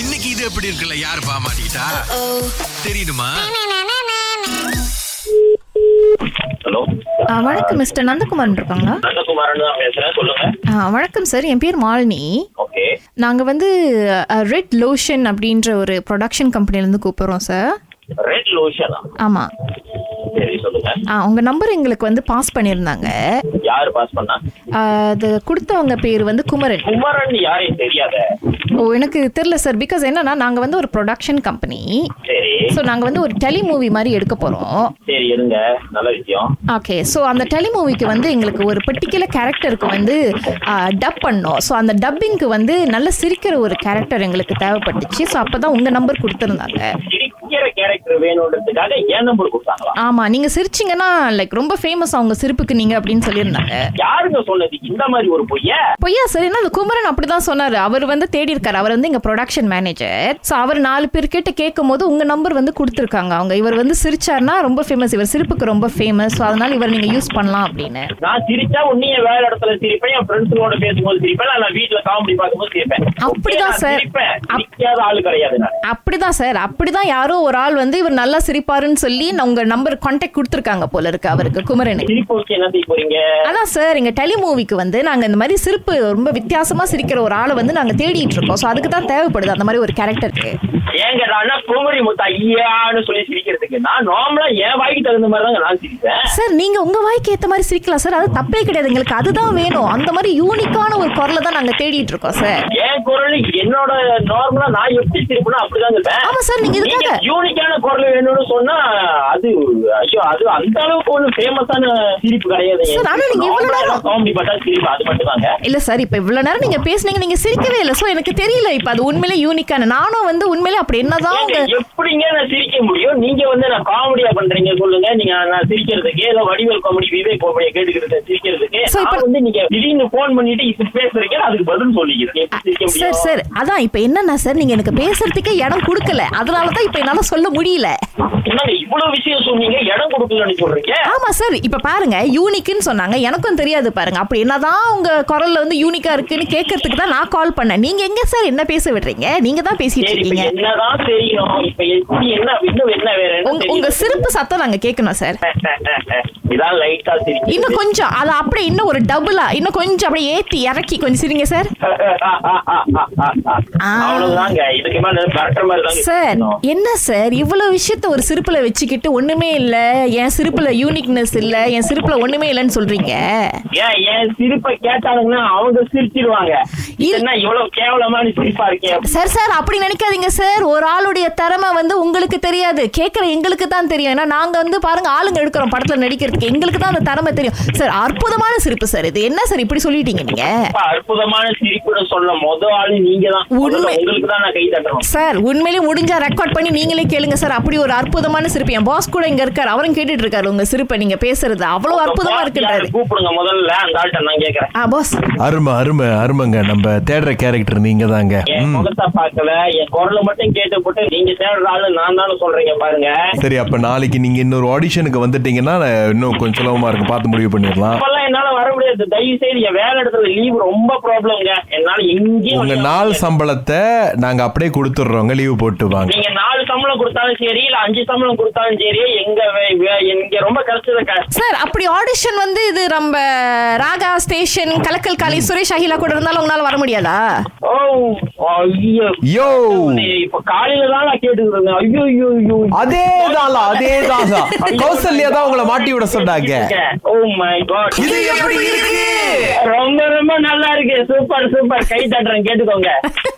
இன்னைக்கு இது எப்படி இருக்குல்ல யார் பாமாட்டா தெரியுமா ஹலோ ஆ, வணக்கம் மிஸ்டர் நந்தகுமார் இருக்காங்களா நந்தகுமாரன் தான் பேசுறேன் சொல்லுங்க ஆ, வணக்கம் சார் என் பேர் மாலினி ஓகே நாங்கள் வந்து ரெட் லோஷன் அப்படின்ற ஒரு ப்ரொடக்ஷன் கம்பெனிலேருந்து கூப்பிட்றோம் சார் ரெட் லோஷனா ஆமாம் சரி சொல்லுங்க ஆ உங்கள் நம்பர் எங்களுக்கு வந்து பாஸ் பண்ணியிருந்தாங்க யாரு பாஸ் பண்ணா ஆ, அது கொடுத்தவங்க பேர் வந்து குமரன் குமரன் யாரையும் தெரியாத ஓ எனக்கு தெரில சார் பிகாஸ் என்னன்னா நாங்கள் வந்து ஒரு ப்ரொடக்ஷன் கம்பெனி சரி ஸோ நாங்கள் வந்து ஒரு டெலி மூவி மாதிரி எடுக்க போகிறோம் சரி இருங்க நல்ல விஷயம் ஓகே ஸோ அந்த டெலிமூவிக்கு வந்து எங்களுக்கு ஒரு பர்டிகுலர் கேரக்டருக்கு வந்து டப் பண்ணோம் ஸோ அந்த டப்பிங்க்கு வந்து நல்ல சிரிக்கிற ஒரு கேரக்டர் எங்களுக்கு தேவைப்பட்டுச்சு ஸோ அப்போ தான் உங்கள் நம்பர் கொடுத்துருந்தாங்க சிரிக்கிற கேரக்டர் வேணுன்றதுக்காக என் நம்பர் கொடுத்தாங்களா ஆமாம் நீங்கள் சிரிச்சிங்கன்னா லைக் ரொம்ப ஃபேமஸ் அவங்க சிரிப்புக்கு நீங்கள் அப்படின்னு சொல்லியிருந்தாங்க யாருங்க சொன்னது இந்த மாதிரி ஒரு பொய்ய பொய்யா சார் ஏன்னா அந்த குமரன் அப்படி தான் சொன்னார் அவர் வந்து தேடி இருக்காரு அவர் வந்து எங்கள் ப்ரொடக்ஷன் மேனேஜர் ஸோ அவர் நாலு பேர்கிட்ட கேட்கும் போது உங்கள் நம்பர் வந்து கொடுத்துருக்காங்க அவங்க இவர் வந்து சிரிச்சார்னா ரொம்ப ஃபேமஸ் இவர் சிரிப்புக்கு ரொம்ப ஃபேமஸ் ஸோ அதனால் இவர் நீங்கள் யூஸ் பண்ணலாம் அப்படின்னு நான் சிரிச்சா உன்னைய வேற இடத்துல சிரிப்பேன் என் ஃப்ரெண்ட்ஸுங்களோட பேசும்போது சிரிப்பேன் இல்ல நான் வீட்ல காமெடி பார்க்கும்போது சிரிப்பேன் அப்படிதான் Okay, நான் sir. சிரிப்பேன் அப்~ சிரிக்காத ஆளு கிடையாது நான் அப்படிதான் சார் அப்படிதான் யாரோ ஒரு ஆள் வந்து இவர் நல்லா சிரிப்பாருன்னு சொல்லி நான் உங்க நம்பர் கான்டாக்ட் கொடுத்துருக்காங்க போல இருக்கு அவருக்கு குமரனுக்கு சிரிப்பு வச்சு என்ன செய்ய போறீங்க அதான் சார் எங்க டெலிமூவிக்கு வந்து நாங்க இந்த மாதிரி சிரிப்பு ரொம்ப வித்தியாசமா சிரிக்கிற ஒரு ஆளை வந்து நாங்க தேடிட்டு இருக்கோம் ஸோ அதுக்கு தான் தேவைப்படுது அந்த மாதிரி ஒரு கேரக்டருக்கு ஏங்க நான் குமரி முத்தா ஐயான்னு சொல்லி சிரிக்கிறதுக்கு நான் நார்மலா என் வாய்க்கு தகுந்த மாதிரி தாங்க நான் சிரிப்பேன் சார் நீங்க உங்க வாய்க்கு ஏத்த மாதிரி சிரிக்கலாம் சார் அது தப்பே கிடையாது எங்களுக்கு அதுதான் வேணும் அந்த மாதிரி யூனிக்கான ஒரு குரலை தான் நாங்க தேடிட்டு இருக்கோம் சார் என் குரல் என்னோட நார்மலா நான் எப்படி திருப்பினா அப்படிதான் இருப்பேன் ஆமா sir, நீங்க இதுக்காக- யூனிக்கான குரல் வேணும்னு சொன்னா அது ஐயோ அது அந்த அளவுக்கு ஒன்றும் ஃபேமஸான சிரிப்பு கிடையாது Sir, ஆனா நீங்க இவ்வளவு நேரம்- காமெடி பார்த்தா சிரிப்பு அது மட்டும் தாங்க இல்ல சார் இப்ப இவ்வளவு நேரம் நீங்க பேசுனீங்க நீங்க சிரிக்கவே இல்லை ஸோ எனக்கு தெரியல இப்ப அது உண்மையிலே யூனிக்கான நானும் வந்து உண்மையிலே அப்படி என்னதான் ஏங்க, உங்க எப்படிங்க நான் சிரிக்க முடியும் நீங்க வந்து நான் காமெடியா பண்றீங்க சொல்லுங்க நீங்க நான் சிரிக்கிறதுக்கு ஏதோ வடிவேல் காமெடி விவேக் காமெடியை கேட்டுக்கிறது சிரிக்கிறதுக்கு Sir, இப்ப- நான் வந்து நீங்க திடீர்னு போன் பண்ணிட்டு இப்ப பேசுறீங்க நான் அதுக்கு பதில் சொல்லிக்கிறேன் எப்படி சிரிக்க சார் முடியும் சார் அதான் இப்போ என்னன்னா சார் நீங்கள் எனக்கு பேசுறதுக்கே இடம் கொடுக்கல அதனால தான் இப்போ என்னால் சொல்ல முடியல என்னங்க இவ்வளவு விஷயம் சொன்னீங்க இடம் கொடுக்கலன்னு சொல்றீங்க ஆமாம் சார் இப்போ பாருங்க யூனிக்குன்னு சொன்னாங்க எனக்கும் தெரியாது பாருங்க அப்படி என்னதான் உங்கள் குரல்ல வந்து யூனிக்காக இருக்குன்னு கேட்கறதுக்கு தான் நான் கால் பண்ணேன் நீங்கள் எங்கே சார் என்ன பேச விடுறீங்க நீங்கள் தான் பேசிட்டு சரி, இப்ப இருக்கீங்க என்னதான் தெரியணும் இப்ப எப்படி என்ன இன்னும் என்ன வேற என்ன உங்க உங்க தெரியணும்? சிறப்பு சத்தம் நாங்கள் கேட்கணும் சார் இதான் லைட்டா சிரிப்பு இன்னும் கொஞ்சம் அதை அப்படியே இன்னும் ஒரு டபுளா இன்னும் கொஞ்சம் அப்படியே ஏற்றி இறக்கி கொஞ்சம் சரிங்க சார் ஆ. அவ்வளவுதாங்க இதுக்கு மேல கரெக்டர் மாதிரி தாங்க சார் இருக்கணும். என்ன சார் இவ்வளவு விஷயத்த ஒரு சிரிப்புல வச்சுக்கிட்டு ஒண்ணுமே இல்ல என் சிரிப்புல யூனிக்னஸ் இல்ல என் சிரிப்புல ஒண்ணுமே இல்லைன்னு சொல்றீங்க ஏன் என் சிரிப்பை கேட்டாங்கன்னா அவங்க சிரிச்சிருவாங்க இல்ல. என்ன இவ்வளவு கேவலமான சிரிப்பா இருக்கே சார் சார் அப்படி நினைக்காதீங்க சார் ஒரு ஆளுடைய திறமை வந்து உங்களுக்கு தெரியாது கேட்குற எங்களுக்கு தான் தெரியும் ஏன்னா நாங்க வந்து பாருங்க ஆளுங்க எடுக்கிறோம் படத்துல நடிக்கிறதுக்கு எங்களுக்கு தான் அந்த திறமை தெரியும் சார் அற்புதமான சிரிப்பு சார் இது என்ன சார் இப்படி சொல்லிட்டீங்க நீங்க அப்பா, அற்புதமான சிரிப்புன்னு சொன்ன முத ஆளு நீங்க தான் உண்மை. உங்களுக்கு தான் நான் கை தட்டணும் சார் உண்மையிலேயே முடிஞ்சா ரெக்கார்ட் பண்ணி நீங்களே கேளுங்க சார் அப்படி ஒரு அற்புதமான சிரிப்பு என் பாஸ் கூட இங்க இருக்காரு அவரும் கேட்டுட்டு இருக்காரு உங்க சிரிப்பை நீங்க பேசுறது அவ்வளவு அற்புதமா இருக்குன்றாரு கூப்பிடுங்க முதல்ல அந்த ஆள்கிட்ட நான் கேக்குறேன் ஆ பாஸ் அருமை அருமை அருமைங்க நம்ம தேடுற கேரக்டர் நீங்க தாங்க என் முகத்தை பார்க்கல என் குரலை மட்டும் கேட்டு போட்டு நீங்க தேடுற ஆளு நான் தானே சொல்றீங்க பாருங்க சரி அப்ப நாளைக்கு நீங்க இன்னொரு ஆடிஷனுக்கு வந்துட்டீங்கன்னா நான் இன்னும் கொஞ்சம் சுலபமா இருக்கும் பார்த்து முடிவு பண்ணிடலாம் இப்பெல்லாம் என்னால வர முடியாது தயவு செய்து என் வேலை இடத்துல லீவ் ரொம்ப ப்ராப்ளம்ங்க என்னால எங்கேயும் உங்க வர நாள் முடியாது. சம்பளத்தை நாங்க அப்படியே கொடுத்துடுறோங்க லீவு போட்டு வாங்க நீங்க நாலு சம்பளம் கொடுத்தாலும் சரி இல்ல அஞ்சு சம்பளம் கொடுத்தாலும் சரி எங்க வே- வே- இங்க ரொம்ப கஷ்டத்தை க- சார் அப்படி ஆடிஷன் வந்து இது நம்ம ராகா ஸ்டேஷன் கலக்கல் காலை சுரேஷ் அகிலா கூட இருந்தாலும் உங்களால வர முடியாதா ஓ ஐயோ யோ இப்ப காலையில தான் நான் கேட்டுக்கிட்டு இருந்தேன் ஐயோ ஐயோ ஐயோ அதே தான் அதே தான் கௌசல்யா தான் உங்களை மாட்டி விட சொன்னாங்க ஓ மை காட் இது எப்படி இருக்கு ரொம்ப ரொம்ப நல்லா இருக்கு சூப்பர் சூப்பர் கை தட்டுறேன் கேட்டுக்கோங்க